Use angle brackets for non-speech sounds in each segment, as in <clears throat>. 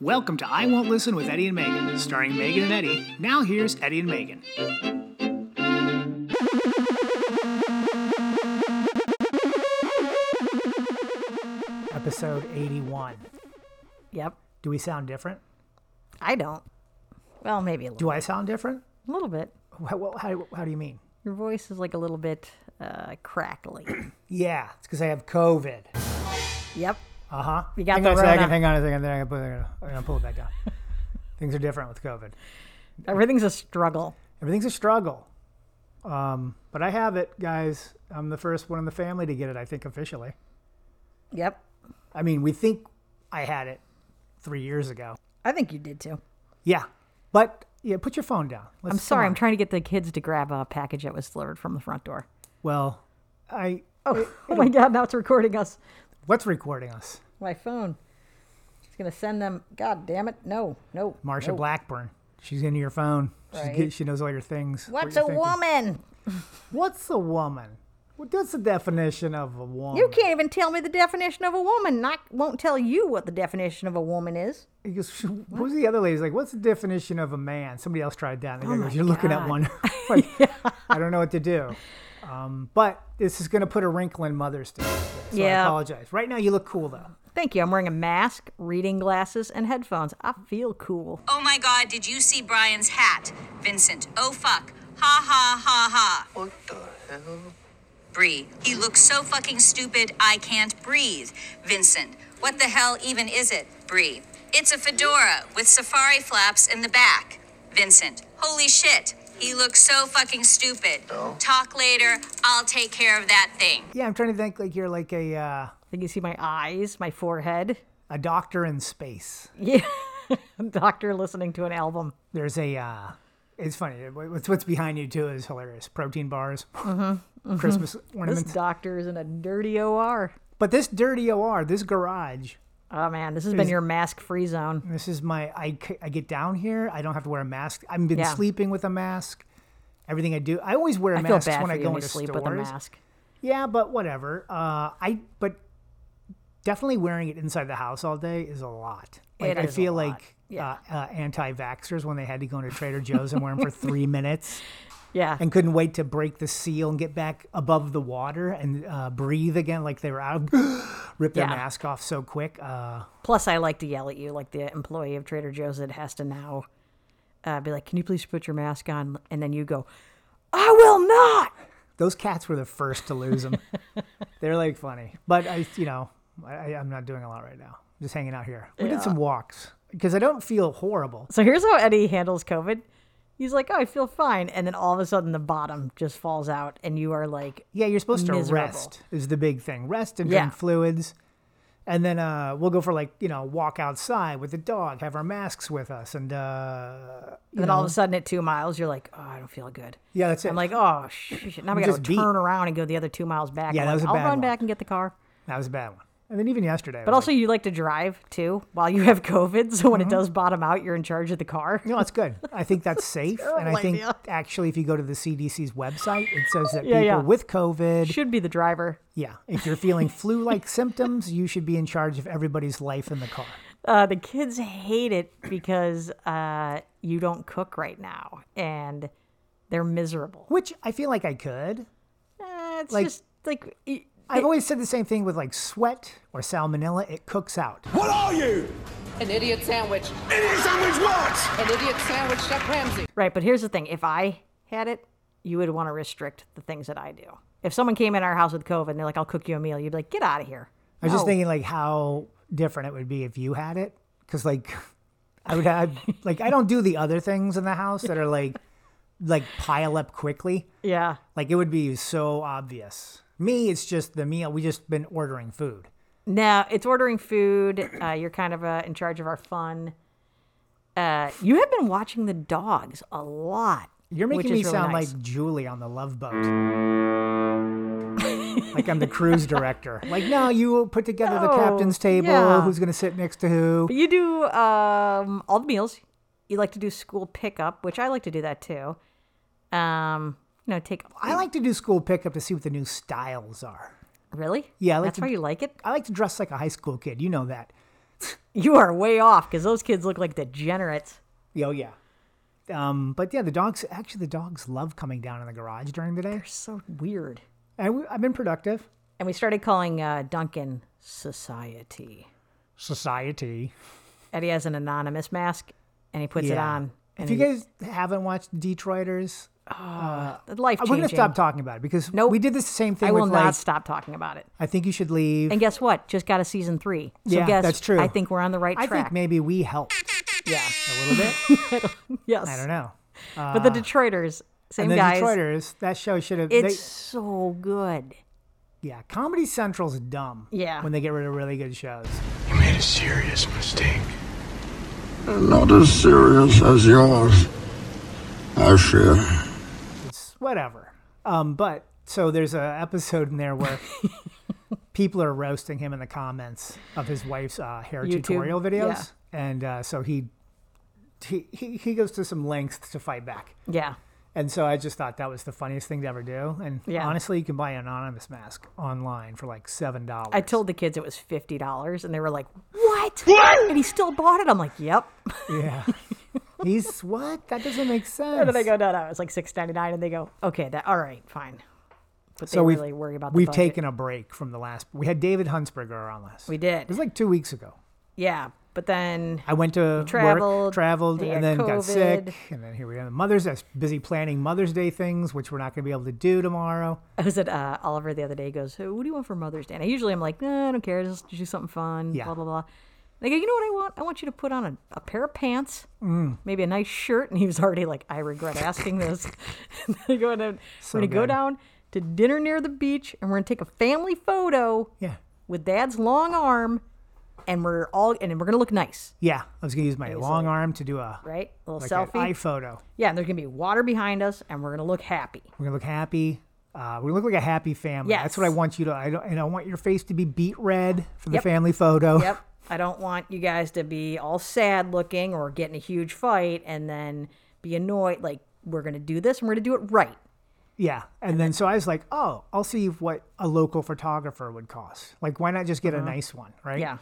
Welcome to I Won't Listen with Eddie and Megan, starring Megan and Eddie. Now here's Eddie and Megan. Episode 81. Yep. Do we sound different? I don't. Well, maybe a little, Do I sound different? a little bit. How, how, how do you mean? Your voice is like a little bit uh, <clears throat> crackly. Yeah, it's because I have COVID. yep. Uh huh. Uh-huh. You got hang the on a second. Rona. Hang on a second. Then I'm gonna, I'm gonna pull it <laughs> back down. Things are different with COVID. Everything's a struggle. Everything's a struggle. Um, but I have it, guys. I'm the first one in the family to get it, I think, officially. Yep. I mean, we think I had it three years ago. I think you did too. Yeah. But yeah, put your phone down. Let's, I'm sorry. come I'm on. trying to get the kids to grab a package that was delivered from the front door. well, I. Oh, <laughs> oh my God. Now it's recording us. What's recording us? My phone. It's going to send them. God damn it. No, no. Marsha no. Blackburn. She's into your phone. She's Oh. Right. get- she knows all your things. what What's you're a thinking. woman? What's a woman? Well, that's the definition of a woman. You can't even tell me the definition of a woman. and I won't tell you what the definition of a woman is. He goes, <laughs> "Sh- what was the other lady's like? What's the definition of a man? Somebody else tried that. And the guy goes, You're looking at Oh God. <laughs> one. <laughs> like, I don't know what to do. Um, but this is going to put a wrinkle in Mother's Day. So I Yeah. apologize. Right now, you look cool, though. Thank you. I'm wearing a mask, reading glasses, and headphones. I feel cool. Oh my god, did you see Brian's hat? Vincent, oh fuck. Ha ha ha ha. What the hell? Bree, he looks so fucking stupid, I can't breathe. Vincent, what the hell even is it? Bree, it's a fedora with safari flaps in the back. Vincent, holy shit, he looks so fucking stupid. Talk later, I'll take care of that thing. Yeah, I'm trying to think like you're like a, uh, I think you see my eyes, my forehead. a doctor in space. Yeah. Doctor listening to an album. There's a, uh, it's funny. What's, what's behind you, too, is hilarious. Protein bars, Christmas Mm-hmm, This ornaments. doctor is in a dirty OR. but this dirty OR, this garage, Oh man, this has been your mask free zone. This is my I, c- I get down here. I don't have to wear a mask. I've been Yeah. sleeping with a mask. Everything I do, I always wear a I feel mask bad when for I you go when you into sleep stores. with a mask. Yeah, but whatever. Uh, I but definitely wearing it inside the house all day is a lot. Like It I is a feel lot. like uh, uh, anti-vaxxers when they had to go into Trader Joe's and wear them for three <laughs> minutes Yeah. and couldn't wait to break the seal and get back above the water and uh, breathe again, like they were out, <gasps> rip their Yeah. mask off so quick. Uh, Plus, I like to yell at you, like the employee of Trader Joe's that has to now uh, be like, "Can you please put your mask on?" And then you go, "I will not." those cats were the first to lose <laughs> them. They're like funny, but I, you know, I, I- I'm not doing a lot right now. I'm just hanging out here. We did some walks because I don't feel horrible. So here's how Eddie handles COVID. He's like, "Oh, I feel fine," and then all of a sudden, the bottom just falls out, and you are like, Yeah, you're supposed to Miserable. rest is the big thing. Rest and Yeah. drink fluids, and then uh, we'll go for like you know walk outside with the dog, have our masks with us, and uh, And then all of a sudden at two miles, you're like, oh, I don't feel good. yeah, that's it. I'm like, oh, shit. Now we got just to beat. turn around and go the other two miles back. Yeah, I'm that like, was a I'll bad run one. back and get the car. that was a bad one. And then even yesterday, But also, you like to drive too while you have COVID. So Mm-hmm. when it does bottom out, you're in charge of the car. No, it's good. I think that's <laughs> safe. and I terrible think idea. actually, if you go to the CDC's website, it says that <laughs> Yeah, people yeah. with COVID Should be the driver. Yeah. If you're feeling flu <laughs> like symptoms, you should be in charge of everybody's life in the car. Uh, the kids hate it because uh, you don't cook right now and they're miserable. Which I feel like I could. Uh, it's Eh, Like- just like, y- I've always said the same thing with like sweat or salmonella, it cooks out. What are you? An idiot sandwich. Idiot sandwich what? An idiot sandwich, Chef Ramsay. Right, but here's the thing. If I had it, you would want to restrict the things that I do. If someone came in our house with COVID and they're like, I'll cook you a meal, you'd be like, get out of here. I was just No. thinking like how different it would be if you had it. Cause like <laughs> I would have, like, I don't do the other things in the house that are like, <laughs> like pile up quickly. Yeah. Like it would be so obvious. Me, it's just the meal. We just been ordering food. No, it's ordering food. <clears throat> Uh, you're kind of uh, in charge of our fun. Uh, you have been watching the dogs a lot. You're making which me is really sound nice. like Julie on the Love <laughs> Boat. like I'm the cruise director. Like, no, you put together the No, captain's table. yeah. Who's going to sit next to who? You do um, all the meals. You like to do school pickup, which I like to do that too. Um, you know, take. I like to do school pickup to see what the new styles are. really? Yeah, I like that's to- why you like it. I like to dress like a high school kid. You know that. You are way off because those kids look like degenerates. Yeah, Oh yeah. Um, but yeah, the dogs actually the dogs love coming down in the garage during the day. So weird. I, have been productive. And we started calling uh, Duncan Society. Society. Eddie has an anonymous mask and he puts it Yeah. on. And If you guys haven't watched Detroiters, uh, life we're gonna stop talking about it because Nope. we did the same thing I with will like not stop talking about it. I think you should leave. And guess what? Just got a season three. So Yeah, guess that's true. I think we're on the right I track. think maybe we helped. Yeah, a little bit. yes. I don't <laughs> know. but the Detroiters, same And the guys. Detroiters, that show should have. it's They, so good. yeah, Comedy Central's dumb. Yeah. When they get rid of really good shows. You made a serious mistake. Not as serious as yours. I share. it's whatever. Um, but so there's a episode in there <laughs> where people are roasting him in the comments of his wife's uh, hair YouTube, tutorial videos, and uh, so he, he he he goes to some lengths to fight back. Yeah. And so I just thought that was the funniest thing to ever do. And Yeah. honestly, you can buy an anonymous mask online for like seven dollars. I told the kids it was fifty dollars, and they were like, "What?" What? And he still bought it. I'm like, "Yep." <laughs> yeah. He's what? That doesn't make sense. And then I go, "No, no, it's like six ninety nine. And they go, "Okay, that all right, fine." But they we've- really worry about. The We've budget. taken a break from the last. We had David Huntsberger on last. We It was did. like two weeks ago. Yeah, but then I went to traveled, work, traveled, then you and then got got COVID. sick, and then here we are. Mother's Day's busy planning Mother's Day things, which we're not going to be able to do tomorrow. I was at uh, Oliver the other day. He goes, "Hey, "What do you want for Mother's Day?" And I usually I'm like, "Nah, I don't care. Just do something fun." Yeah. Blah blah blah. They go, "You know what I want? I want you to put on a, a pair of pants, Mm. maybe a nice shirt." And he was already like, "I regret <laughs> asking this." <laughs> they go, "We're gonna go good. down to dinner near the beach, and we're gonna take a family photo Yeah, with Dad's long arm, and we're all and we're gonna look nice, yeah. I was going to use my long arm to do a right? A little like an selfie. eye photo. yeah, and there's gonna be water behind us, and we're gonna <laughs> look happy. We're going to look happy. Uh, we're going to look like a happy family. That's what I Yes. want you to. I don't. And I want your face to be beat red for the Yep. family photo. Yep. I don't want you guys to be all sad looking or get in a huge fight and then be annoyed. Like, we're going to do this and we're going to do it right. <laughs> Yeah. And, then, so I was like, oh, I'll see what a local photographer would cost. Like, why not just get a nice one, right? Uh-huh. Yeah.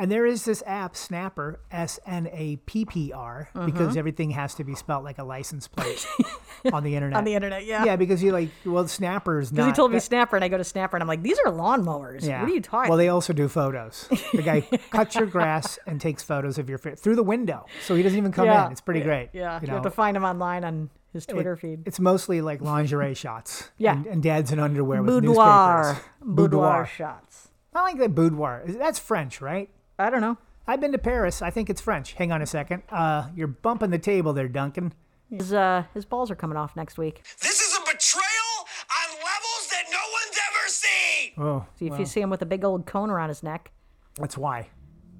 And there is this app, Snapper, S N A P P R, because Mm-hmm. everything has to be spelt like a license plate <laughs> on the internet. On the internet. Yeah. Yeah, because you like, well, Snapper is not. Because he told me Snapper and I go to Snapper and I'm like, these are lawnmowers. yeah. What are you talking Well, they also do photos. The <laughs> guy cuts your grass and takes photos of your fa- through the window, so he doesn't even come Yeah. in. It's pretty great. Yeah. You, you have know. to find him online on his Twitter feed. It's mostly like lingerie shots. <laughs> Yeah. and, and dads in underwear with Boudoir. newspapers. Boudoir. shots. I like that boudoir. Is- That's French, right? I don't know. I've been to Paris. I think it's French. Hang on a second. Uh, you're bumping the table there, Duncan. His, uh, his balls are coming off next week. This is a betrayal on levels that no one's ever seen. So if you see him with a big old cone around his neck, That's why.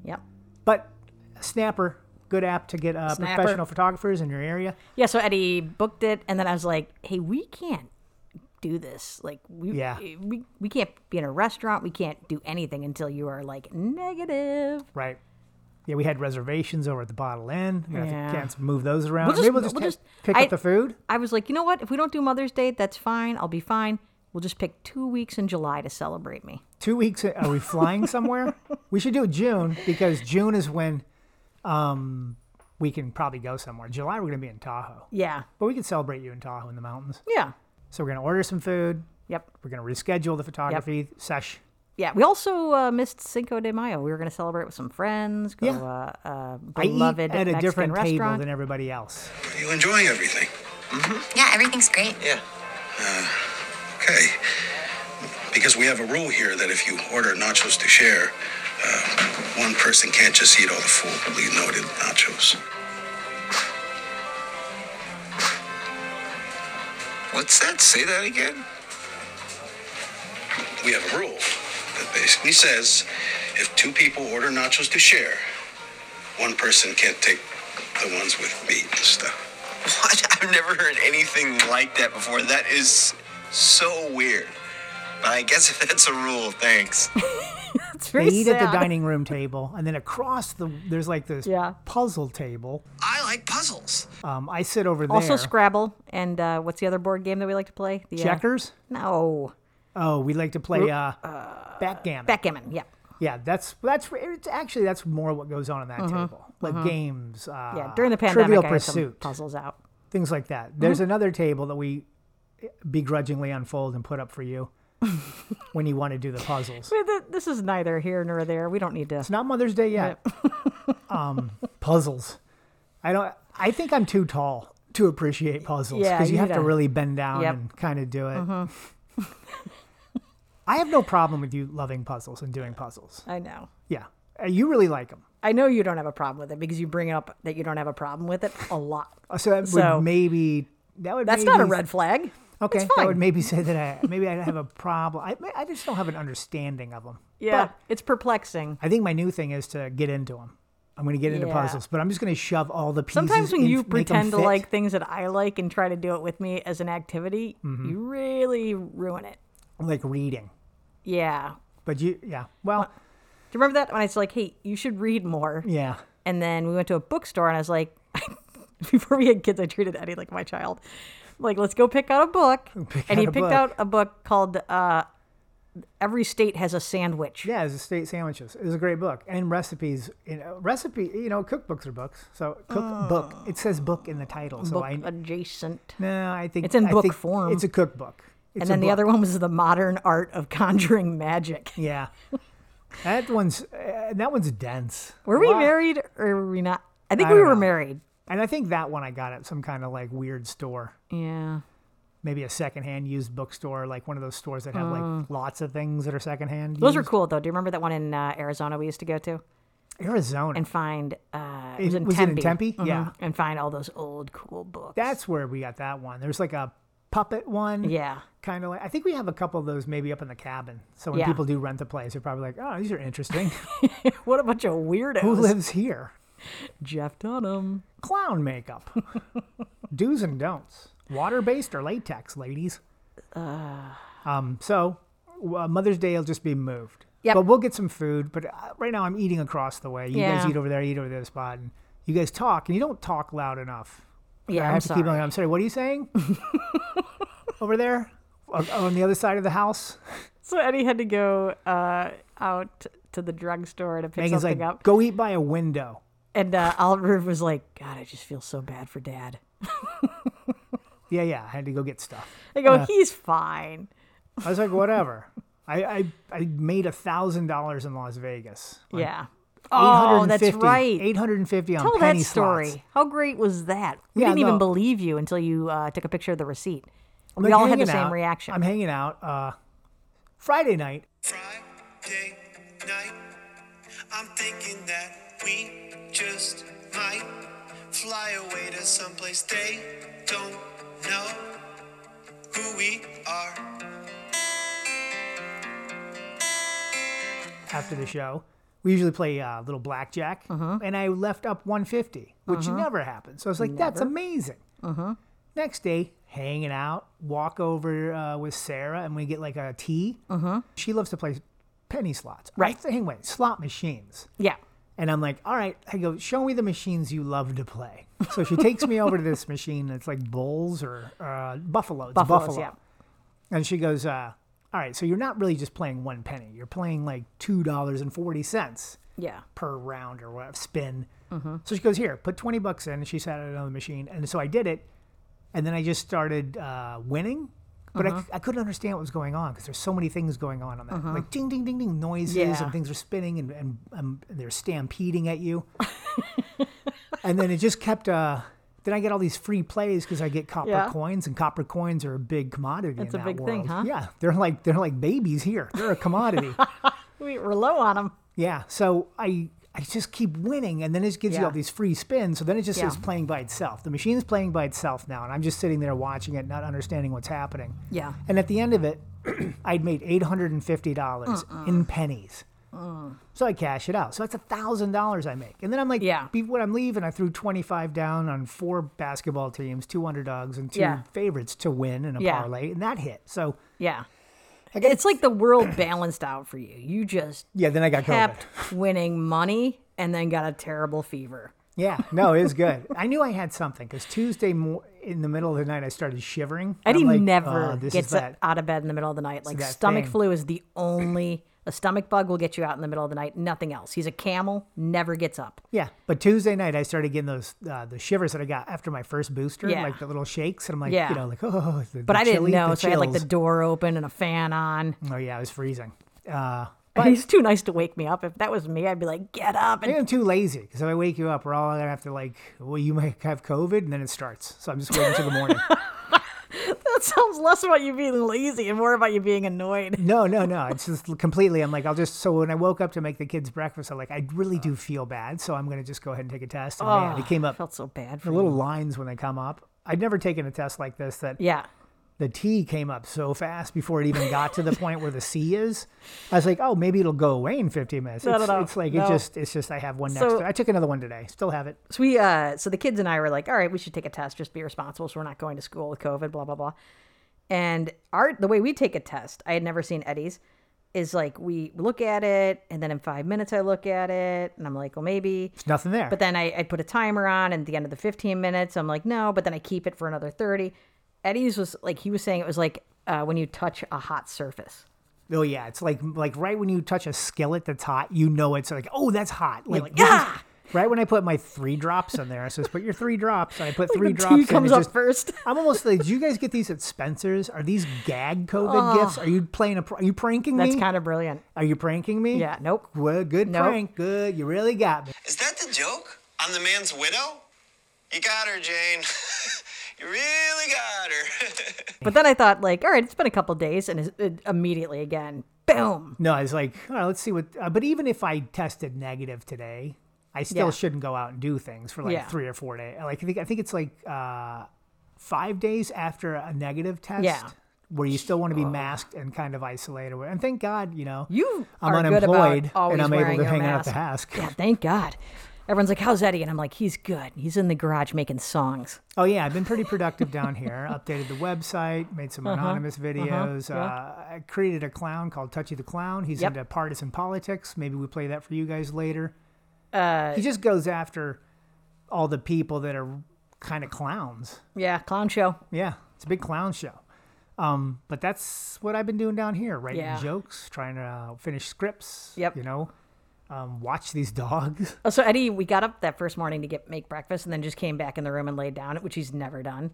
yep. But Snapper, good app to get uh, Snapper. professional photographers in your area. Yeah, so Eddie booked it, and then I was like, "Hey, we can't do this. Like, we Yeah. we we can't be in a restaurant. We can't do anything until you are like negative. Right. Yeah, we had reservations over at the Bottle Inn. We Yeah. have to can't move those around. We'll just- Maybe we'll just, we'll ha- just- pick I- up the food. I was like, you know what? If we don't do Mother's Day, that's fine. I'll be fine. We'll just pick two weeks in July to celebrate me. Two weeks. in- Are we <laughs> flying somewhere? we should do it June because June is when um, we can probably go somewhere. July, we're going to be in Tahoe. Yeah, But we could celebrate you in Tahoe in the mountains. yeah, So we're going to order some food. yep, We're going to reschedule the photography sesh. yeah. We also uh, missed Cinco de Mayo. We were going to celebrate with some friends. Go, Yeah. uh, uh, I eat at beloved a Mexican different table restaurant. <laughs> than everybody else. Are you enjoying everything? Yeah, everything's great. Yeah. okay. Because we have a rule here that if you order nachos to share, uh, one person can't just eat all the full loaded nachos. What's that? Say that again? We have a rule that basically says if two people order nachos to share, one person can't take the ones with meat and stuff. <laughs> What? I've never heard anything like that before. That is so weird. But I guess <laughs> if that's a rule, thanks. It's They very eat at sad. the dining room table, and then across the there's like this Yeah. puzzle table. <laughs> I like puzzles. Um, I sit over there. Also Scrabble and uh, what's the other board game that we like to play? The uh, checkers. no, Oh, we like to play uh, backgammon. backgammon. Yep. Yeah, that's that's it's actually that's more what goes on in that table, like games. Uh, Mm-hmm, Yeah, during the Trivial pandemic, I had some Pursuit, puzzles Mm-hmm. out. things like that. There's another table that we begrudgingly unfold and put up for <laughs> you when you want to do the puzzles. But th- This is neither here nor there. We don't need to. It's not Mother's Day yet. <laughs> um, puzzles. I don't. I think I'm too tall to appreciate puzzles Yeah, because you you have to don't. really bend down Yep. Mm-hmm. and kind of do it. <laughs> I have no problem with you loving puzzles and doing puzzles. I know. Yeah, Uh, you really like them. I know you don't have a problem with it because you bring up that you don't have a problem with it <laughs> a lot. Uh, So that So- would maybe that would That's maybe, not a red flag. Okay, It's fine. that would maybe say that I maybe I have a problem. I I just don't have an understanding of them. yeah, it's perplexing. I think my new thing is to get into them. I'm going to get into Yeah. puzzles, but I'm just going to shove all the pieces. Sometimes when in- you make 'em pretend to fit. like things that I like and try to do it with me as an activity, Mm-hmm. you really ruin it. like reading, Yeah. but you yeah well Do you remember that when I was like, "Hey, you should read more"? yeah And then we went to a bookstore, and I was like, <laughs> before we had kids, I treated Eddie like my child. Like, let's go pick out a book. <laughs> Pick and he out a picked book. out a book called uh, "Every State Has a Sandwich." yeah it's state sandwiches. It was a great book and recipes. You know, recipe you know cookbooks are books, so cookbook it says book in the title. So Oh. book oh, I adjacent. no I think It's in I book think form. It's a cookbook. It's And a then the book. other one was the modern art of conjuring magic. <laughs> Yeah. That one's uh, that one's dense. Were we Wow. married or were we not? I think I we don't were know. married. And I think that one I got at some kind of like weird store, Yeah. maybe a secondhand used bookstore, like one of those stores that have like lots of things that are secondhand. Oh. Those were used. cool though. Do you remember that one in uh, Arizona we used to go to Arizona. and find? Uh, it was in was it in Tempe. Tempe? Mhm. Yeah. And find all those old cool books. That's where we got that one. There's like a puppet one. yeah. Kind of like I think we have a couple of those maybe up in the cabin. So when Yeah. people do rent the place, they're probably like, "Oh, these are <laughs> interesting. What a bunch of weirdos. Who lives here? Jeff Dunham. Clown <laughs> makeup. Do's and don'ts. Water based or latex, ladies. Uh. Um. So uh, Mother's Day will just be moved. Yep. But we'll get some food. But uh, right now I'm eating across the way. You guys Yeah. eat over there. I Eat over there. Spot. And you guys talk, and you don't talk loud enough. Yeah, I I'm have to sorry. keep going. I'm sorry. What are you <laughs> saying? Over there, O- on the other side of the house, So Eddie had to go uh, out to the drugstore to pick Megan's something like, up, "Go eat by a window." and uh, Oliver was like, "God, I just feel so bad for Dad." Yeah, yeah. I had to go get stuff. I go, "He's fine." I was like, "Whatever." I I, I made a thousand dollars in Las Vegas. yeah. Oh, that's right. Eight hundred and fifty on Tell that penny story. slots. How great was that? We Yeah, didn't even no. believe you until you uh, took a picture of the receipt. I'm we like all had the hanging same out. reaction. I'm hanging out. Uh, Friday night. Friday night, I'm thinking that we just might fly away to someplace they don't know who we are. after the show. We usually play uh, little blackjack, Uh-huh. and I left up 150, which never happens. So I was like, "That's amazing." Uh-huh. Next day, hanging out, walk over uh, with Sarah, and we get like a tea. She loves to play penny slots, Uh-huh. Right. Anyway, slot machines. yeah. And I'm like, all right. I go, show me the machines you love to play. So she takes me over to this <laughs> machine that's like bulls or uh, buffalo. It's Buffaloes, buffalo. yeah. And she goes, uh, all right. So you're not really just playing one penny. You're playing like two dollars and forty cents Yeah. per round or whatever spin. Mm-hmm. So she goes, here, put twenty bucks in. And she sat it on the machine, and so I did it. And then I just started uh, winning. But I c- Mm-hmm. I, couldn't understand what was going on because there's so many things going on on that. Like ding, ding, ding, ding, noises Yeah. and things are spinning and, and, um they're stampeding at you. <laughs> and then it just kept. Uh, then I get all these free plays because I get copper Yeah. coins, and copper coins are a big commodity. That's in a that big thing, world. huh? Yeah, they're like they're like babies here. They're a <laughs> commodity. We were low on him. Yeah. So I I just keep winning, and then it gives you Yeah. all these free spins. So then it just Yeah. is playing by itself. The machine's playing by itself now, and I'm just sitting there watching it, not understanding what's happening. Yeah. And at the end of it, <clears throat> I'd made eight hundred and fifty dollars in pennies. Mm. So I cash it out. So that's a thousand dollars I make, and then I'm like, Yeah. be- When I'm leaving, I threw twenty five down on four basketball teams, two underdogs, and two Yeah. favorites to win in a Yeah. parlay, and that hit. So Yeah. It's like the world balanced out for you. You just yeah, then I got COVID. kept <laughs> winning money and then got a terrible fever. Yeah, no, it was good. I knew I had something because Tuesday mo- in the middle of the night I started shivering. Eddie I'm like, never "Oh, this gets is that. out of bed in the middle of the night. Like that stomach thing. flu is the only A stomach bug will get you out in the middle of the night. Nothing else. He's a camel. Never gets up. Yeah, but Tuesday night I started getting those uh, the shivers that I got after my first booster, Yeah. like the little shakes, and I'm like, Yeah. you know, like oh, the, But the I didn't chilly- know, the so I had like the chills. door open and a fan on. oh yeah, it was freezing. Uh, He's too nice to wake me up. If that was me, I'd be like, get up and I'm too lazy because if I wake you up, we're all gonna have to like, well, you might have COVID, and then it starts. So I'm just waiting till the <laughs> morning. <laughs> That sounds less about you being lazy and more about you being annoyed. No, no, no. It's just completely. I'm like, I'll just. So when I woke up to make the kids breakfast, I'm like, I really do feel bad. So I'm gonna just go ahead and take a test. And man, it came Oh, I up felt so bad for the little lines when they come up. I'd never taken a test like this that you. Yeah. the T came up so fast before it even got to the point where the C is. I was like, oh, maybe it'll go away in 15 minutes. No, no, it's, no, it's like no. it just. It's just I have one next. So- to I took another one today. Still have it. So we uh so the kids and I were like, all right, we should take a test, just be responsible, so we're not going to school with COVID, blah, blah, blah. And art the way we take a test, I had never seen Eddie's, is like we look at it and then in five minutes I look at it and I'm like, well maybe Nothing there. But then I, I put a timer on, and at the end of the 15 minutes, I'm like, no, but then I keep it for another 30. Eddie's was like, he was saying it was like uh, when you touch a hot surface. oh yeah, it's like like right when you touch a skillet that's hot, you know it's like oh that's hot. Like, like, this is- "Ah!" Right when I put my three drops in there, I says put your three drops, and I put three the tea drops. in, it comes up just- first. <laughs> I'm almost like, do you guys get these at Spencer's? Are these gag COVID gifts? Are you playing a? pr- Are you pranking That's me? kind of brilliant. Are you pranking me? Yeah, nope. Well, good Nope. prank. Good. You really got me. Is that the joke? I'm the man's widow? You got her, Jane. <laughs> you really got her. <laughs> But then I thought, like, all right, it's been a couple days, and it, it- immediately again, boom. No, I was like, oh, let's see what. Uh, but even if I tested negative today, I still Yeah. shouldn't go out and do things for like Yeah. three or four days. Like I think I think it's like uh, five days after a negative test. Yeah. Where you still want to be masked and kind of isolated, and thank God, you know, You I'm are good about unemployed always and I'm able wearing to your hang out mask. the mask. Yeah, thank God. Everyone's like, how's Eddie? And I'm like, he's good. He's in the garage making songs. Oh yeah, I've been pretty productive down <laughs> here. Updated the website, made some Uh-huh. anonymous videos. uh I created a clown called Touchy the Clown. He's Yep. into partisan politics. Maybe we play that for you guys later. Uh, he just goes after all the people that are kind of clowns. Yeah, clown show. Yeah, it's a big clown show. Um, but that's what I've been doing down here: writing Yeah. jokes, trying to uh, finish scripts. Yep. You know, um, watch these <laughs> dogs. Oh, so Eddie, we got up that first morning to get make breakfast, and then just came back in the room and laid down, which he's never done.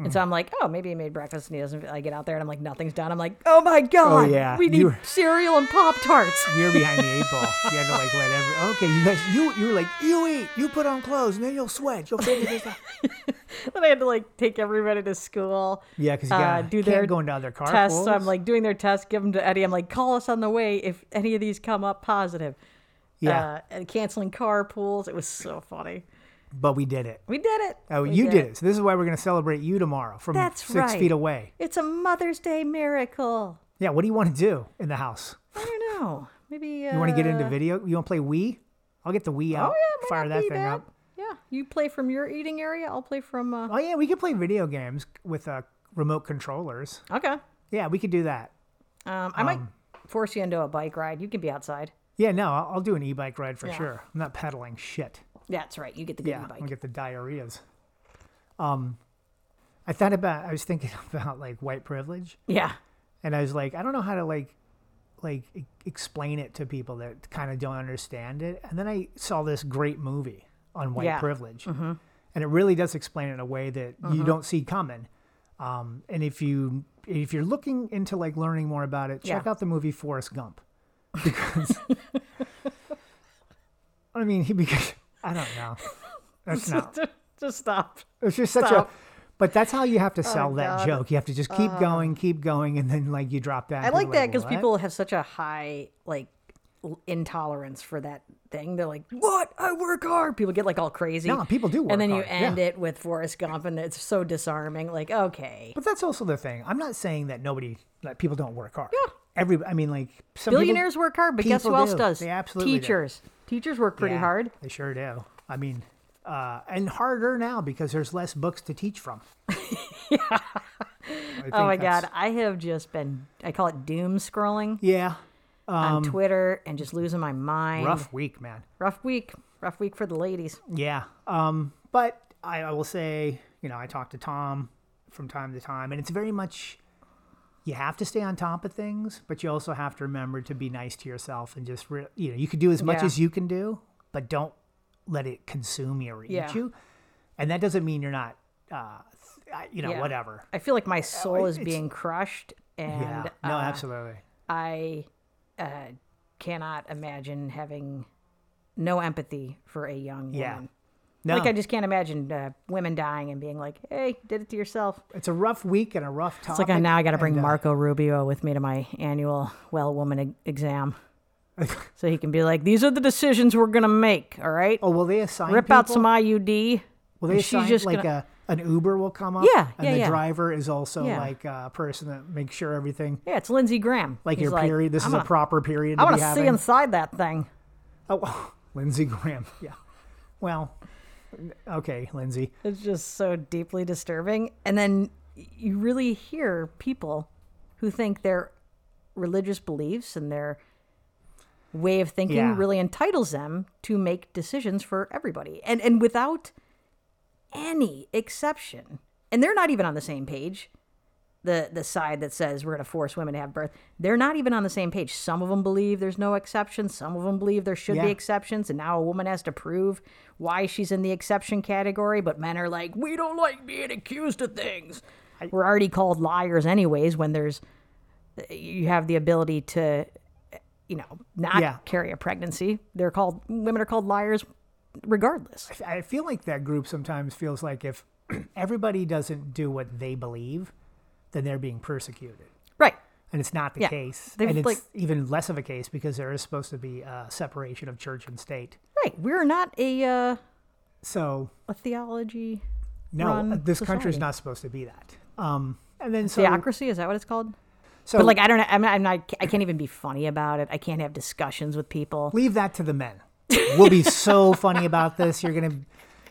Mm. And so I'm like, oh, maybe he made breakfast, and he doesn't. I get out there, and I'm like, nothing's done. I'm like, oh my god, yeah, we need you- cereal and pop tarts. <laughs> You're behind the eight ball. You had to like let every. Okay, you guys, you you were like you eat, you put on clothes, and then you'll sweat. You'll figure <laughs> this out. then I had to like take everybody to school. Yeah, because you uh, gotta, do can't their go into other car tests. So I'm like doing their tests, give them to Eddie. I'm like, call us on the way if any of these come up positive. yeah, Uh, and canceling carpools. It was so funny. but we did it. We did it. Oh, We you did it. So this is why we're gonna celebrate you tomorrow from That's six right. feet away. It's a Mother's Day miracle. Yeah, what do you want to do in the house? I don't know. Maybe uh, You want to get into video? You want to play Wii? I'll get the Wii out. Oh yeah, might fire not that be thing bad. up. Yeah, you play from your eating area. I'll play from. Uh... Oh yeah, we could play video games with uh, remote controllers. Okay. Um, Yeah, we could do that. I might um, force you into a bike ride. You can be outside. Yeah, no, I'll, I'll do an e-bike ride for sure. I'm not pedaling shit. That's right. You get the good Yeah, bike. I'll get the diarrheas. Um, I thought about. I was thinking <laughs> about like white privilege, Yeah. and I was like, I don't know how to like, like e- explain it to people that kind of don't understand it. And then I saw this great movie on white Yeah. Mm-hmm. privilege, and it really does explain it in a way that you don't see coming. Um, and if you if you're looking into like learning more about it, check Yeah. out the movie Forrest Gump, <laughs> because I mean he because I don't know. <laughs> That's not Just stop. it's just such Stop. a. But that's how you have to sell that Oh, God. Uh-huh. joke. You have to just keep going, keep going, and then like you drop that. I like that because people have such a high like l- intolerance for that thing. They're like, "What? I work hard." People get like all crazy. No, people do work And then you hard, yeah. end it with Forrest Gump, and it's so disarming. Like, okay, But that's also the thing. I'm not saying that nobody, that people don't work hard. Yeah. Every, I mean, like some people- billionaires work hard, but guess who people else do. does? They absolutely do. teachers. Teachers work pretty Yeah, hard. They sure do. I mean, uh, and harder now because there's less books to teach <laughs> from. yeah. Oh my god, I have just been I call it doom scrolling Yeah. on Twitter and just losing my mind. Um, Rough week, man. Rough week. Rough week for the ladies. Yeah. Um, but I, I will say, you know, I talk to Tom from time to time, and it's very much you have to stay on top of things, but you also have to remember to be nice to yourself and just re- you know you can do as much Yeah. as you can do, but don't let it consume you or eat Yeah. you. And that doesn't mean you're not, uh, th- uh, you know, Yeah. whatever. I feel like my soul is Oh, it's- being crushed, and Yeah, no, uh, absolutely. I uh, cannot imagine having no empathy for a young Yeah. woman. No, Like I just can't imagine uh, women dying and being like, "Hey, did it to yourself." it's a rough week and a rough time. It's like I, now I got to uh, bring Marco Rubio with me to my annual well woman e- exam, so he can be like, "These are the decisions we're gonna make. All right, <laughs> Oh, will they assign rip out people? some IUD." Will they and she's assign just like gonna- a an Uber will come up? Yeah, and yeah, the yeah. driver is also Yeah. like a person that makes sure everything. Yeah, it's Lindsey Graham. Like He's your period. This I'm is gonna- a proper period. I want to be see having. inside that thing. Oh, <laughs> Lindsey Graham. Yeah. Well, okay, Lindsey. It's just so deeply disturbing. And then you really hear people who think their religious beliefs and their way of thinking Yeah. really entitles them to make decisions for everybody. And and without any exception. And they're not even on the same page. The the side that says we're going to force women to have birth. They're not even on the same page. Some of them believe there's no exceptions. Some of them believe there should Yeah. be exceptions and now a woman has to prove why she's in the exception category, but men are like, "We don't like being accused of things." we're already called liars anyways when there's you have the ability to you know, not Yeah. carry a pregnancy. They're called women are called liars regardless. I feel like that group sometimes feels like if <clears throat> everybody doesn't do what they believe, then they're being persecuted. Right. And it's not the Yeah. case. They've, and it's like- even less of a case because there is supposed to be a separation of church and state. Right. We're not a uh, So, a theology no, uh, Run this country's society. not supposed to be that. Um, and then so, theocracy, is that what it's called? so But like I don't know, I'm not, I'm not I can't even be funny about it. I can't have discussions with people. leave that to the <laughs> men. We'll be so funny about this. You're going to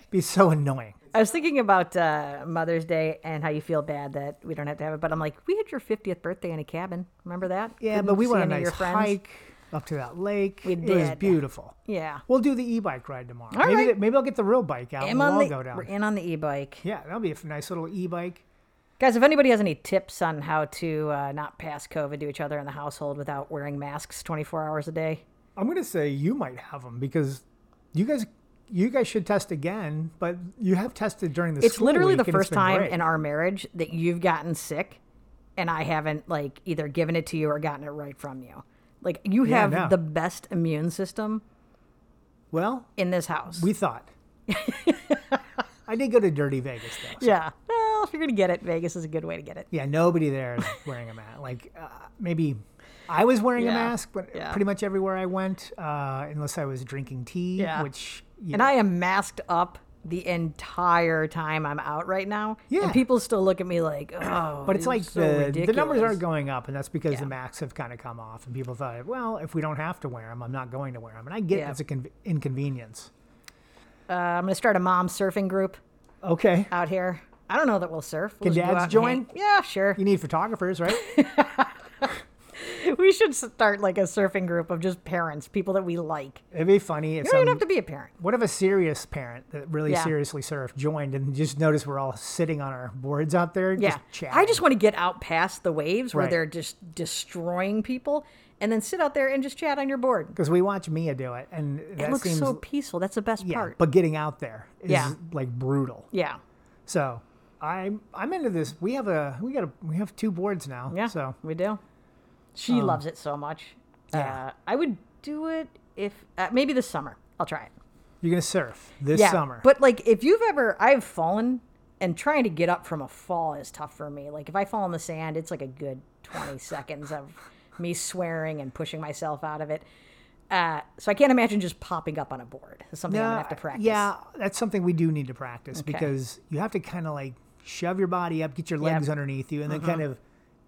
be so annoying. I was thinking about uh, Mother's Day and how you feel bad that we don't have to have it, but I'm like, we had your 50th birthday in a cabin. Remember that? Yeah, Didn't but we see went on any a of nice your friends. hike up to that lake. We It was did. beautiful. Yeah. We'll do the e-bike ride tomorrow. All maybe, right. the- maybe I'll get the real bike out I'm and we'll on all the, go down. we're in on the e-bike. Yeah, that'll be a f- nice little e-bike. Guys, if anybody has any tips on how to uh, not pass COVID to each other in the household without wearing masks 24 hours a day, I'm gonna say you might have them because you guys, you guys should test again. But you have tested during the. it's school literally week the and it's first been time great. in our marriage that you've gotten sick and I haven't like either given it to you or gotten it right from you. Like you Yeah, have no. the best immune system Well, in this house. we thought. <laughs> I did go to Dirty Vegas though. so- yeah. Well, if you're going to get it, Vegas is a good way to get it. Yeah, nobody there is wearing a mask. Like uh, maybe I was wearing a Yeah, mask, but yeah. pretty much everywhere I went, uh, unless I was drinking tea, Yeah. which you And I am masked up the entire time I'm out right now. Yeah. And people still look at me like, "Oh, But it's you're like so the the numbers ridiculous." aren't going up, and that's because the masks have kind of come off, and people thought, well, if we don't have to wear them, I'm not going to wear them, and I get Yeah. it's a con- inconvenience. I'm gonna start a mom surfing group Okay, out here. I don't know that we'll surf. We'll Can just go dads out and join? hang- Yeah, sure. you need photographers, right? <laughs> We should start like a surfing group of just parents, people that we like. It'd be funny if <laughs> You don't some, even have to be a parent. what if a serious parent that really Yeah. seriously surfed joined, and just noticed we're all sitting on our boards out there, Yeah, just chatting. I just want to get out past the waves where Right. they're just destroying people, and then sit out there and just chat on your board. because we watch Mia do it, and that It looks seems so peaceful. That's the best yeah, part. but getting out there is Yeah. like brutal. yeah, So I'm I'm into this. We have a we got a we have two boards now. yeah. So Um, we do. She loves it so much. yeah. Uh, I would do it if uh, maybe this summer. I'll try it. you're gonna surf this summer. But like if you've ever I've fallen and trying to get up from a fall is tough for me. Like if I fall in the sand, it's like a good <laughs> 20 seconds of me swearing and pushing myself out of it. Uh, so I can't imagine just popping up on a board. It's something I'm Uh, gonna have to practice. Yeah, that's something we do need to practice because you have to kind of like shove your body up, get your legs underneath you, and Mm-hmm. then kind of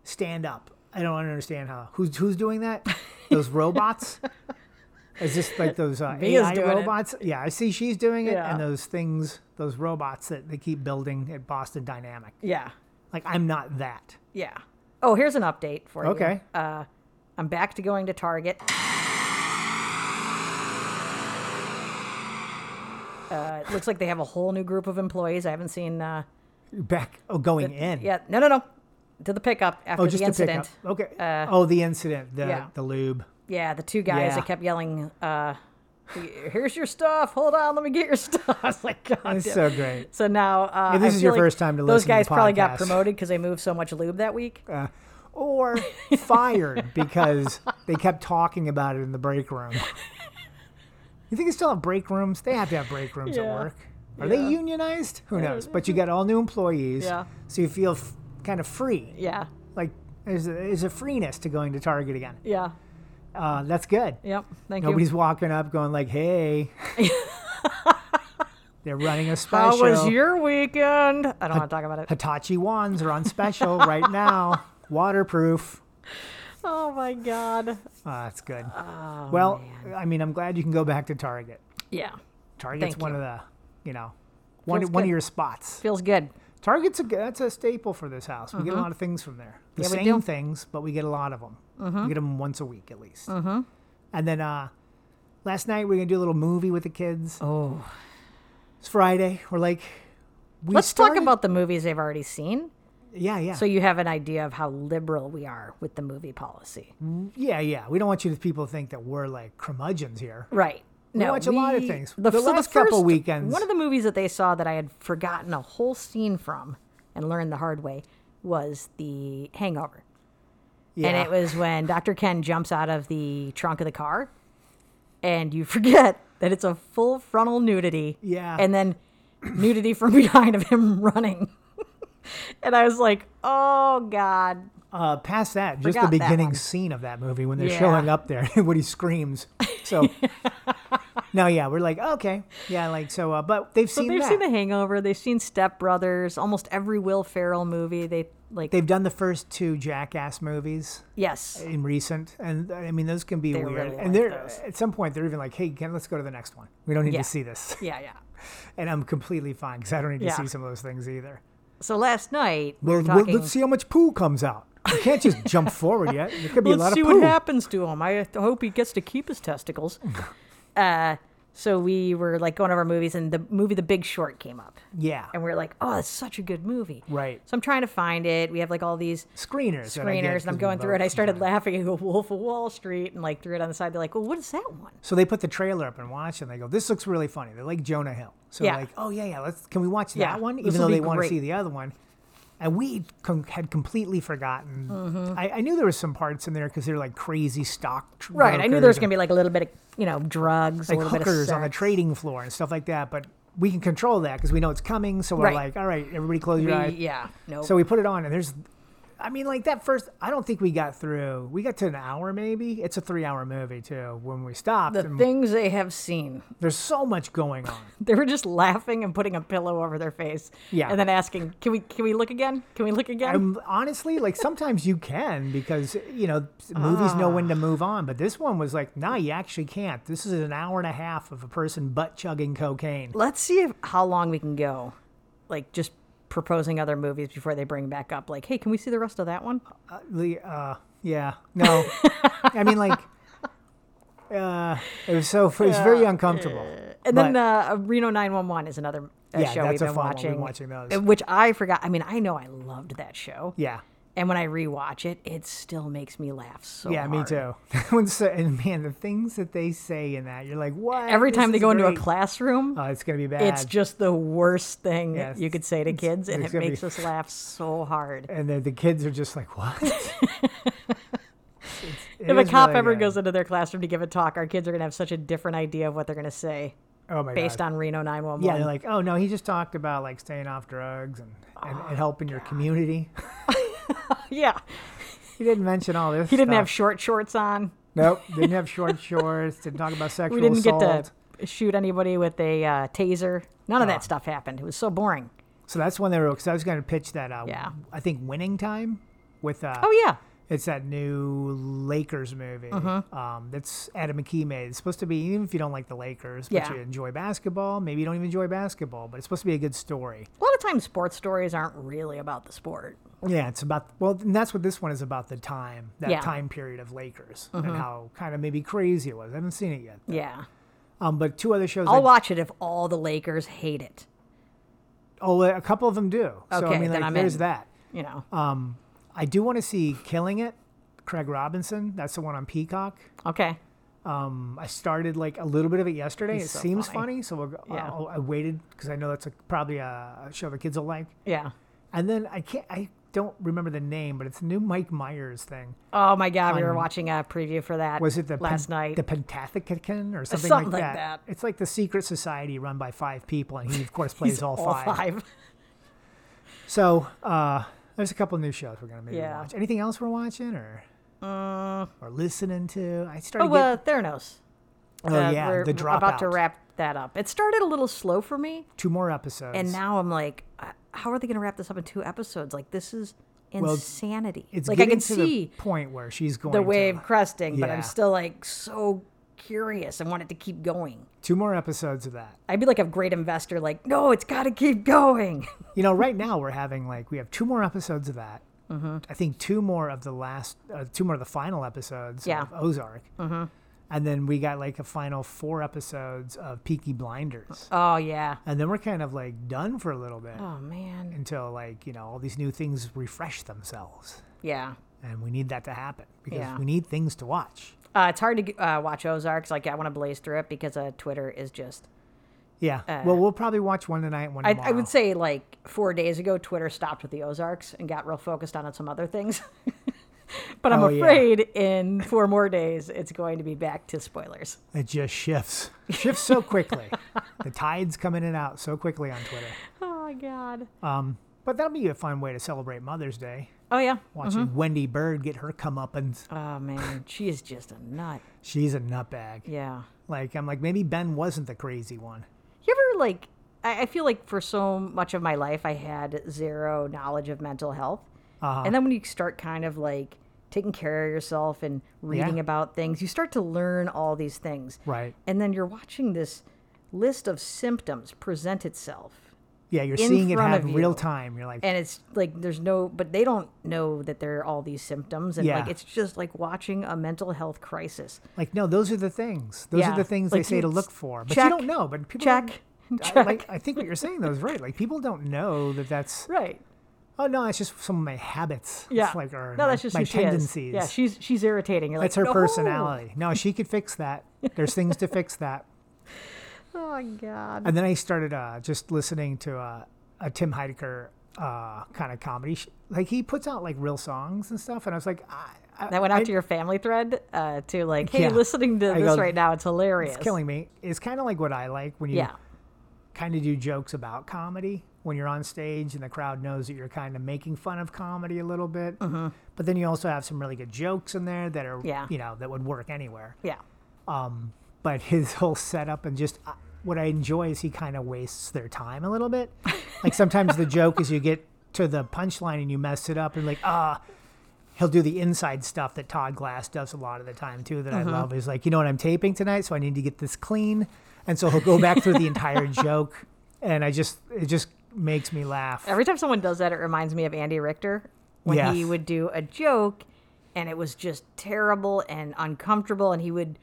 stand up. I don't understand how. Who's who's doing that? <laughs> Those robots? Is this like those uh, Mia's AI doing it. robots? Yeah, I see she's doing it, Yeah. and those things, those robots that they keep building at Boston Dynamic. Yeah. Like I'm not that. Yeah. Oh, here's an update for you. Okay. Uh, I'm back to going to Target. Uh, it looks like they have a whole new group of employees. I haven't seen uh, Back oh, going in. Yeah, no, no, no. to the pickup after Oh, just to the pick incident. Uh, up. Okay. oh, the incident. The yeah. the <laughs> lube. Yeah, the two guys Yeah. that kept yelling, uh, "Here's your stuff. Hold on, let me get your <laughs> stuff." I was like, "God." It's damn." so great. So now, uh, Yeah, this I is your feel like first time to Those listen to the guys probably got podcast. Uh, promoted because they moved so much lube that week. Or <laughs> fired because they kept talking about it in the break room. You think they still have break rooms? They have to have break rooms at Yeah. work. Are they unionized? Who knows? But you got all new employees, Yeah. so you feel f- kind of free. Yeah, Like there's a, there's a freeness to going to Target again. yeah, Uh, that's good. yep. Thank Nobody's you. walking up going like, <laughs> "Hey." They're running a How special. was your weekend? I don't want to talk about it. Hitachi wands are on special right <laughs> now. Waterproof. Oh my god. Ah, that's good. Oh, well, I mean, I'm glad you can go back to Target. Yeah, Target's Thank one you. of the, you know, one, Feels one of good. your spots. feels good. Target's a g- that's a staple for this house. We get a lot of things from there. The Mm-hmm. Yeah, we same do. Mm-hmm. things, but we get a lot of them. We get them once a week at least. And then uh, last night we are gonna do a little movie with the kids. Oh. It's Friday. We're like, we Let's started- talk about the movies they've already seen, yeah, yeah, so you have an idea of how liberal we are with the movie policy. yeah, yeah. We don't want you to people to think that we're like curmudgeons here. Right. We No, watch a lot of we- things. The last first- couple weekends- One of the movies that they saw that I had forgotten a whole scene from and learned the hard way was The Hangover. Yeah. And it was when Dr. Ken jumps out of the trunk of the car and you forget that it's a full frontal nudity. Yeah. And then nudity from <laughs> behind of him running. <laughs> and I was like, oh, God. Uh, past that, just the Forgot that beginning one. scene of that movie when they're Yeah. showing up there, <laughs> when he screams. <laughs> So, no, yeah, we're like, okay, yeah, like so. Uh, but they've But seen they've that. seen The Hangover. They've seen Step Brothers. Almost every Will Ferrell movie. They like. they've done the first two Jackass movies yes. in recent, and I mean those can be They weird. really and like they're those. at some point they're even like, hey, Ken, let's go to the next one. We don't need Yeah. to see this, <laughs> Yeah, yeah. and I'm completely fine because I don't need to Yeah. see some of those things either. So last night we were Well, well, talking. let's see how much poo comes out. You can't just jump forward yet. There could be Let's a lot see of what poo. happens to him. I th- hope he gets to keep his <laughs> testicles. uh, so we were like going over movies, and the movie The Big Short came up, Yeah, and we are like, "Oh, that's such a good movie!" Right. So I'm trying to find it. We have like all these screeners. that I get screeners, and 'cause I'm we going through it. both- I started laughing at <laughs> Wolf of Wall Street, and like threw it on the side. They're like, "Well, what is that one?" So they put the trailer up and watch, and they go, "This looks really funny." They like Jonah Hill, so Yeah. like, "Oh yeah, yeah, let's can we watch Yeah, that one?" this Even will though be they want to great. see the other one, and we com- had completely forgotten. Mm-hmm. I, I knew there was some parts in there because they're like crazy stock. Tr- Right. I knew there was going to be like a little bit of you know drugs, a like little bit of hookers on the sex. trading floor and stuff like that, but we can control that because we know it's coming. So we're Right. like, "All right, everybody, close your eyes." We- yeah. No. So we put it on, and there's, I mean, like that first. I don't think we got through. We got to an hour, maybe. It's a three-hour movie too. When we stopped, the and things they have seen. there's so much going on. They were just laughing and putting a pillow over their face. Yeah. And then asking, "Can we can we look again? Can we look again?" Um, honestly, like sometimes you can because you know movies know when to Ah. move on, but this one was like, nah, you actually can't. This is an hour and a half of a person butt chugging cocaine. Let's see if how long we can go. Like just proposing other movies before they bring back up like, "Hey, can we see the rest of that one?" The, Uh, yeah, no, I mean like, <laughs> uh, it was so it was very uncomfortable. And then But- uh, Reno 911 is another uh, Yeah, show that's we've a been fun one. We've watching, been watching those. uh, which I forgot. I mean, I know I loved that show. yeah, And when I rewatch it, it still makes me laugh so yeah, me hard. too. <laughs> That one's so- and man, the things that they say in that, you're like, what? Every This time they is go into a great. classroom, Oh, it's gonna be bad. it's just the worst thing Yeah, you could say to it's- kids, and it's it gonna be- makes us laugh so hard. and the, the kids are just like, <laughs> what? It's- it If a is cop really ever good. goes into their classroom to give a talk, our kids are going to have such a different idea of what they're going to say oh my based God. on Reno 911. Yeah, they're like, oh no, he just talked about like staying off drugs and, and, Oh, and helping your community. <laughs> <laughs> Yeah. He didn't mention all this. He didn't have short shorts on. <laughs> nope. Didn't have short shorts. Didn't talk about sexual We didn't assault. get to shoot anybody with a uh, taser. None of that stuff happened. It was so boring. So that's one they wrote because I was going to pitch that. Uh, Yeah. I think winning time with. Uh, Oh, yeah. Mm-hmm. It's that new Lakers movie um, that's Adam McKee made. It's supposed to be even if you don't like the Lakers, Yeah. but you enjoy basketball. Maybe you don't even enjoy basketball, but it's supposed to be a good story. A lot of times, sports stories aren't really about the sport. Yeah, it's about well, and that's what this one is about the time, that Yeah. Mm-hmm. time period of Lakers and how kind of maybe crazy it was. I haven't seen it yet. Yeah. Um, but two other shows. I'll I- watch it if all the Lakers hate it, Oh, a couple of them do. so I Okay, mean, then like I'm there's in. that. you know. I do want to see Killing It, Craig Robinson. That's the one on Peacock. Okay. Um, I started like a little bit of it yesterday. He's it so seems funny. funny, so we'll, go- Yeah. I'll- I waited because I know that's a, probably a show the kids will like. Yeah. And then I can't. I don't remember the name, but it's a new Mike Myers thing. Oh my God, we were watching a preview for that. Was it the last Pen- night? The Pentathlon or something, Something like, like that. that. It's like the secret society run by five people, and he of <laughs> course plays all, All five. So uh, there's a couple new shows we're gonna maybe Yeah. Mm. watch. Anything else we're watching or or listening to? I started. Oh well, Theranos. getting, Uh, oh yeah, we're the dropout. about to wrap that up. It started a little slow for me, two more episodes, and now I'm like, uh, how are they going to wrap this up in two episodes? Like this is insanity. it's like I getting can to see the point where she's going the wave to, cresting, but Yeah. I'm still like so curious and want it to keep going. two more episodes of that. I'd be like a great investor, like, no, it's got to keep going. <laughs> You know, right now we're having like we have two more episodes of that. Mm-hmm. I think two more of the last, uh, two more of the final episodes Yeah. Mm-hmm. of Ozark, and then we got like a final four episodes of Peaky Blinders, oh yeah. and then we're kind of like done for a little bit Oh man. until like you know all these new things refresh themselves, Yeah. and we need that to happen because Yeah. we need things to watch. Uh, it's hard to uh, watch Ozarks. Like I want to blaze through it because uh, Twitter is just Yeah. well, we'll probably watch one tonight, one Uh, I, tomorrow. I would say like four days ago, Twitter stopped with the Ozarks and got real focused on some other things. <laughs> but I'm Oh, yeah. afraid in four more days, it's going to be back to spoilers. it just shifts, shifts so <laughs> quickly. the tides come in and out so quickly on Twitter. Oh my god. But that'll be a fun way to celebrate Mother's Day. Oh yeah. Watching Wendy Bird get her comeuppance. Oh man, she is just a nut. She's a nutbag. Yeah. Like I'm like maybe Ben wasn't the crazy one. You ever like? I, I feel like for so much of my life, I had zero knowledge of mental health, Uh-huh. and then when you start kind of like taking care of yourself and reading Yeah. about things, you start to learn all these things. Right. And then you're watching this list of symptoms present itself, Yeah, you're In seeing it front happen of real you. time. You're like, and it's like there's no, but they don't know that there are all these symptoms, and like Yeah. it's just like watching a mental health crisis. like no, those are the things. Those Yeah. are the things Like, they say you to s- look for, but check, you don't know. But people check, <laughs> don't- I, check. like I think what you're saying though is right. Like people don't know that that's. Right. Oh no, it's just some of my habits. It's Yeah. like or no, my, that's just my who she is. tendencies. Yeah, she's she's irritating. You're that's her like, "No." personality. No, she could fix that. There's things to fix that. Oh my god. And then I started uh, just listening to uh, a Tim Heidecker uh, kind of comedy. Sh- like he puts out like real songs and stuff, and I was like, I, I, That went out I- to your family thread uh, to like, hey, Yeah. listening to I this go, right now, it's hilarious. it's killing me. It's kind of like what I like when you Yeah, kind of do jokes about comedy when you're on stage and the crowd knows that you're kind of making fun of comedy a little bit. But then you also have some really good jokes in there that are, Mm-hmm. Yeah. you know, that would work anywhere. yeah, but his <laughs> whole setup and just uh, what I enjoy is he kind of wastes their time a little <laughs> bit. Like sometimes the joke is you get to the punchline and you mess it up and like ah. He'll do the inside stuff that Todd Glass does a lot of the time too that Uh-huh. I love. He's like, you know what, I'm taping tonight, so I need to get this clean, and so he'll go back through the <laughs> entire joke, and I just it just makes me laugh. Every time someone does that, it reminds me of Andy Richter when he Yes. would do a joke, and it was just terrible and uncomfortable, and he would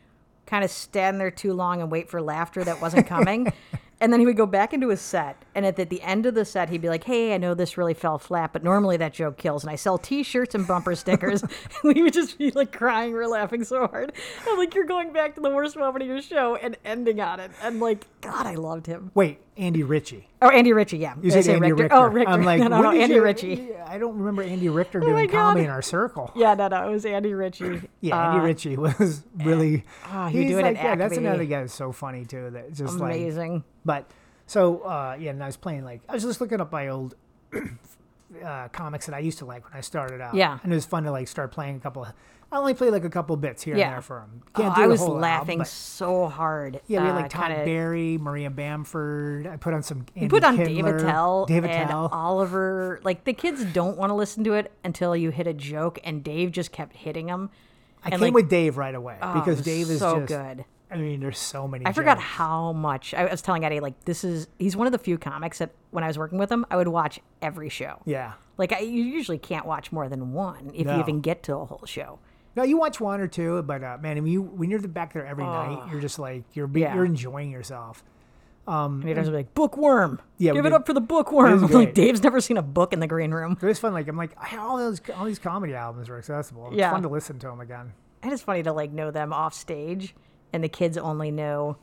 kind of stand there too long and wait for laughter that wasn't coming. And then he would go back into his set, and at the, at the end of the set, he'd be like, "Hey, I know this really fell flat, but normally that joke kills, and I sell T-shirts and bumper stickers." <laughs> and we would just be like crying, we're laughing so hard. I'm like, "You're going back to the worst moment of your show and ending on it." And like, God, I loved him. Wait, Andy Ritchie. Oh, Andy Ritchie, yeah. You I said say Andy Richter. Oh, Richter. I'm like, <laughs> no, no, when no did Andy you- Ritchie. Oh I don't remember Andy Richter my doing God. comedy in our circle. Yeah, no, no, it was Andy Ritchie. <clears throat> Yeah, Andy Uh, Ritchie was really. Ah, he would do it at like, yeah, that's Acme. another guy that's so funny too. That just like, Amazing. but so uh, yeah, and I was playing like I was just looking up my old <clears throat> uh, comics that I used to like when I started out. Yeah. and it was fun to like start playing a couple. I only played like a couple bits here Yeah. and there for him. Oh, Can't do I the was whole Album, laughing but- so hard. yeah, we had like uh, Todd kinda- Barry, Maria Bamford. I put on some. Andy You put on Kindler, David Tell David and uh, Tell. Oliver. Like the kids don't want to listen to it until you hit a joke, and Dave just kept hitting him. I and, came like- oh, with Dave right away because was Dave is so just. good. I mean, there's so many. I forgot how much I was telling Eddie. Like this is he's one of the few comics that when I was working with him, I would watch every show. Yeah. Like I, you usually can't watch more than one if you No. even get to a whole show. No, you watch one or two, but uh, man, when you when you're the back there every night, you're just like you're be Yeah. you're enjoying yourself. and everyone's like, bookworm. Mm. Yeah, we Give it did- up for the bookworm. It is <laughs> I'm great. like, Dave's never seen a book in the green room. It was fun. Like I'm like "Ah, all those all these comedy albums are accessible. It's Yeah. fun to listen to them again. And it's funny to like know them off stage and the kids only know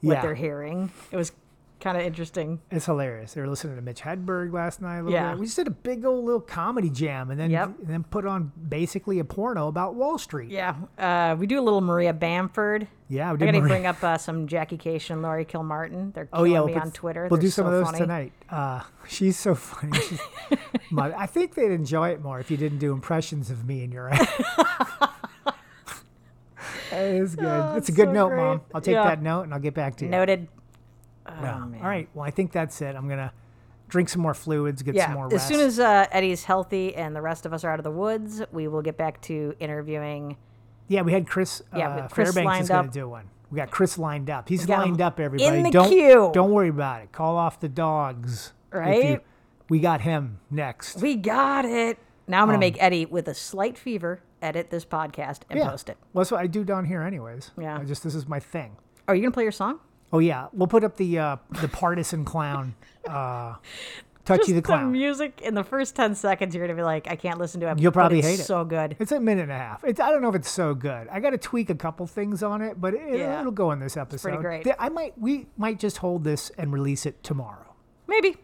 what yeah, they're hearing. It was kind of interesting. it's hilarious. They were listening to Mitch Hedberg last night. A little Yeah. bit. we just did a big old little comedy jam, and then Yep. and then put on basically a porno about Wall Street. Yeah. Uh, we do a little Maria Bamford. Yeah, we we did I gotta Maria- bring up uh, some Jackie Cation and Laurie Kilmartin. They're Oh killing yeah, we'll me put- on Twitter. We'll They're do some so of those funny. tonight. Uh, she's so <laughs> funny. She's, my, I think they'd enjoy it more if you didn't do impressions of me in your act. <laughs> that is good. it's a good Oh, so note, great. mom. I'll take Yeah. that note and I'll get back to you. Noted. Yeah. All right. Well, I think that's it. I'm gonna drink some more fluids, get some Yeah. more As rest. soon as uh, Eddie's healthy and the rest of us are out of the woods, we will get back to interviewing. yeah, we had Chris. Yeah, uh, with Chris Fairbanks lined is gonna up. do one. We got Chris lined up. He's got him lined up. Everybody, in the don't queue. don't worry about it. Call off the dogs. if you- Right? we got him next. We got it. Now Oh. I'm gonna make Eddie with a slight fever edit this podcast and post it. Well, that's what I do down here, anyways. Yeah. I just this is my thing. Are you gonna play your song? Oh yeah, we'll put up the uh, the partisan clown, <laughs> uh, Touchy the The clown. music in the first ten seconds, you're gonna be like, I can't listen to it. You'll but probably it's hate it. So good. It's a minute and a half. It's I don't know if it's so good. I got to tweak a couple things on it, but it, Yeah. it'll go in this episode. pretty great. Th- I might we might just hold this and release it tomorrow. Maybe.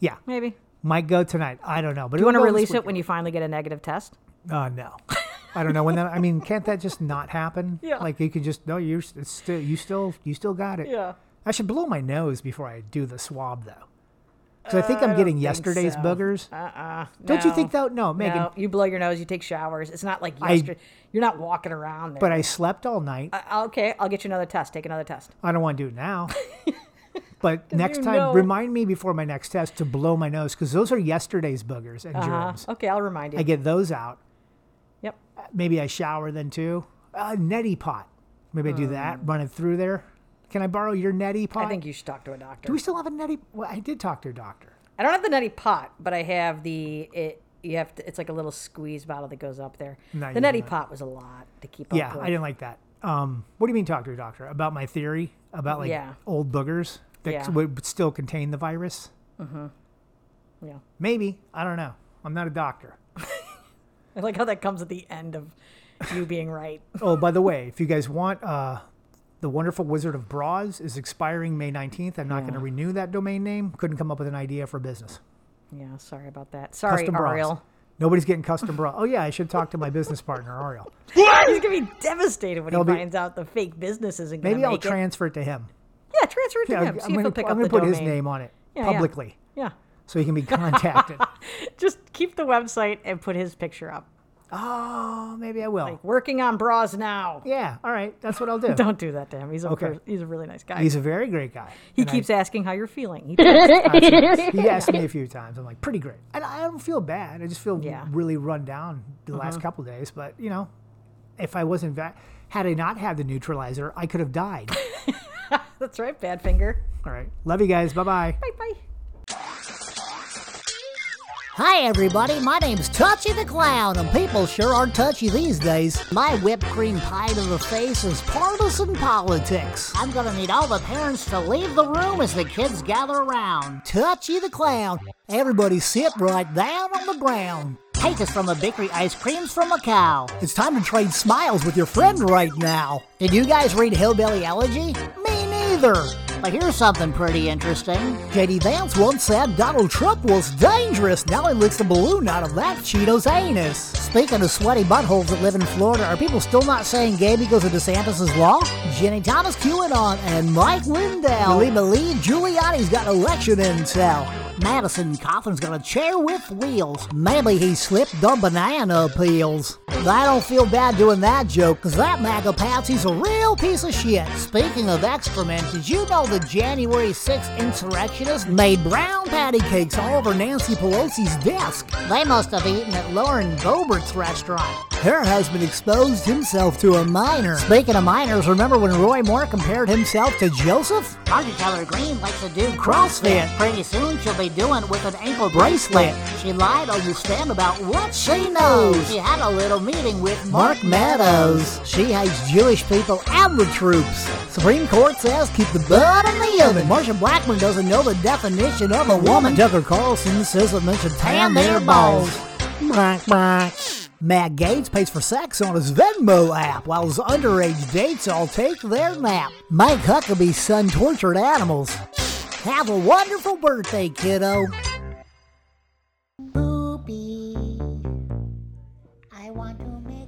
Yeah, Maybe. might go tonight. I don't know. But You want to release it when you finally get a negative test? Uh, no, I don't know when that. I mean, can't that just not happen? <laughs> Yeah. Like you could just no. You're s- it's still you still you still got it. I should blow my nose before I do the swab, though. Because I Uh, think I'm getting yesterday's so. Uh-uh. boogers. Don't you No. think that? No, Oh, Megan. No, you blow your nose, you take showers. It's not like I- yesterday. you're not walking around there. But I slept all night. I, I, okay, I'll get you another test. Take another test. don't want to do it <laughs> now. but next time, know. remind me before my next test to blow my nose because those are yesterday's boogers and Uh, germs. okay, I'll remind you. I get those out. yep. Maybe I shower then too. Uh, neti pot. Maybe I do that. Run it through there. Can I borrow your neti pot? Hmm. I think you should talk to a doctor. Do we still have a neti? Well, I did talk to a doctor. I don't have the nutty pot, but I have the it. You have to, it's like a little squeeze bottle that goes up there. No, you the nutty don't. pot was a lot to keep Yeah, up with. I didn't like that. Um, what do you mean talk to a doctor about my theory about like Yeah. old boogers that Yeah. would still contain the virus? Yeah. Maybe I don't know. I'm not a doctor. I like how that comes at the end of you being right. Oh, by the way, if you guys want, uh, the Wonderful Wizard of Bras is expiring May 19th. I'm not going to renew that domain name. Couldn't come up with an idea for business. Yeah, sorry about that. Sorry, custom bras. Ariel. Nobody's getting custom bra. Oh yeah, I should talk to my business partner <laughs> Ariel. He's gonna be devastated when He'll he be- finds out the fake business isn't gonna Maybe make I'll it. transfer it to him. Yeah, transfer it to Yeah, him. See I'm if he'll going pick to up the put his domain. name on it Yeah, yeah. publicly Yeah, <laughs> so he can be contacted. just keep the website and put his picture up. oh, maybe I will. Working on bras now. Yeah, all right. That's what I'll do. <laughs> Don't do that to him. He's a Okay. per- he's a really nice guy. He's a very great <laughs> guy. he and I- keeps asking how you're feeling. He <laughs> he asked me a few times. I'm like, pretty great. And I don't feel bad. I just feel Yeah. Uh-huh. really run down the last couple days. But you know, if I wasn't va- had I not had the neutralizer, I could have <laughs> died. That's right, bad finger. all right, love you guys. Bye bye. Bye bye. Hi, everybody. My name's Touchy the Clown, and people sure are touchy these days. My whipped cream pie to the face is partisan politics. I'm going to need all the parents to leave the room as the kids gather around. Touchy the Clown. Everybody sit right down on the ground. Cake is from a bakery, ice cream's from a cow. It's time to trade smiles with your friend right now. Did you guys read Hillbilly Elegy? Me neither. But here's something pretty interesting. JD Vance once said Donald Trump was dangerous. Now he licks the balloon out of that Cheeto's anus. Speaking of sweaty buttholes that live in Florida, are people still not saying gay because of DeSantis' law? Jenny Thomas QAnon and Mike Lindell. We believe Giuliani's got election intel. Madison Coffin's got a chair with wheels. Maybe he slipped the banana peels. I don't feel bad doing that joke, because that MAGA patsy's a real piece of shit. Speaking of excrement, did you know the January 6th insurrectionists made brown patty cakes all over Nancy Pelosi's desk? They must have eaten at Lauren Boebert's restaurant. Her husband exposed himself to a minor. Speaking of minors, remember when Roy Moore compared himself to Joseph? Marjorie Taylor Green likes to do CrossFit. Pretty soon she'll be doing it with an ankle Bracelet. bracelet. She lied on the stand about what she knows. knows. She had a little meeting with Mark Meadows. She hates Jewish people and the troops. Supreme Court says keep the butt in the oven. Marsha Blackman doesn't know the definition of a woman. Tucker Carlson says it mentioned tan their balls. Blank, blank. Matt Gates pays for sex on his Venmo app, while his underage dates all take their nap. Mike Huckabee's son tortured animals. Have a wonderful birthday, kiddo. Booby. I want to make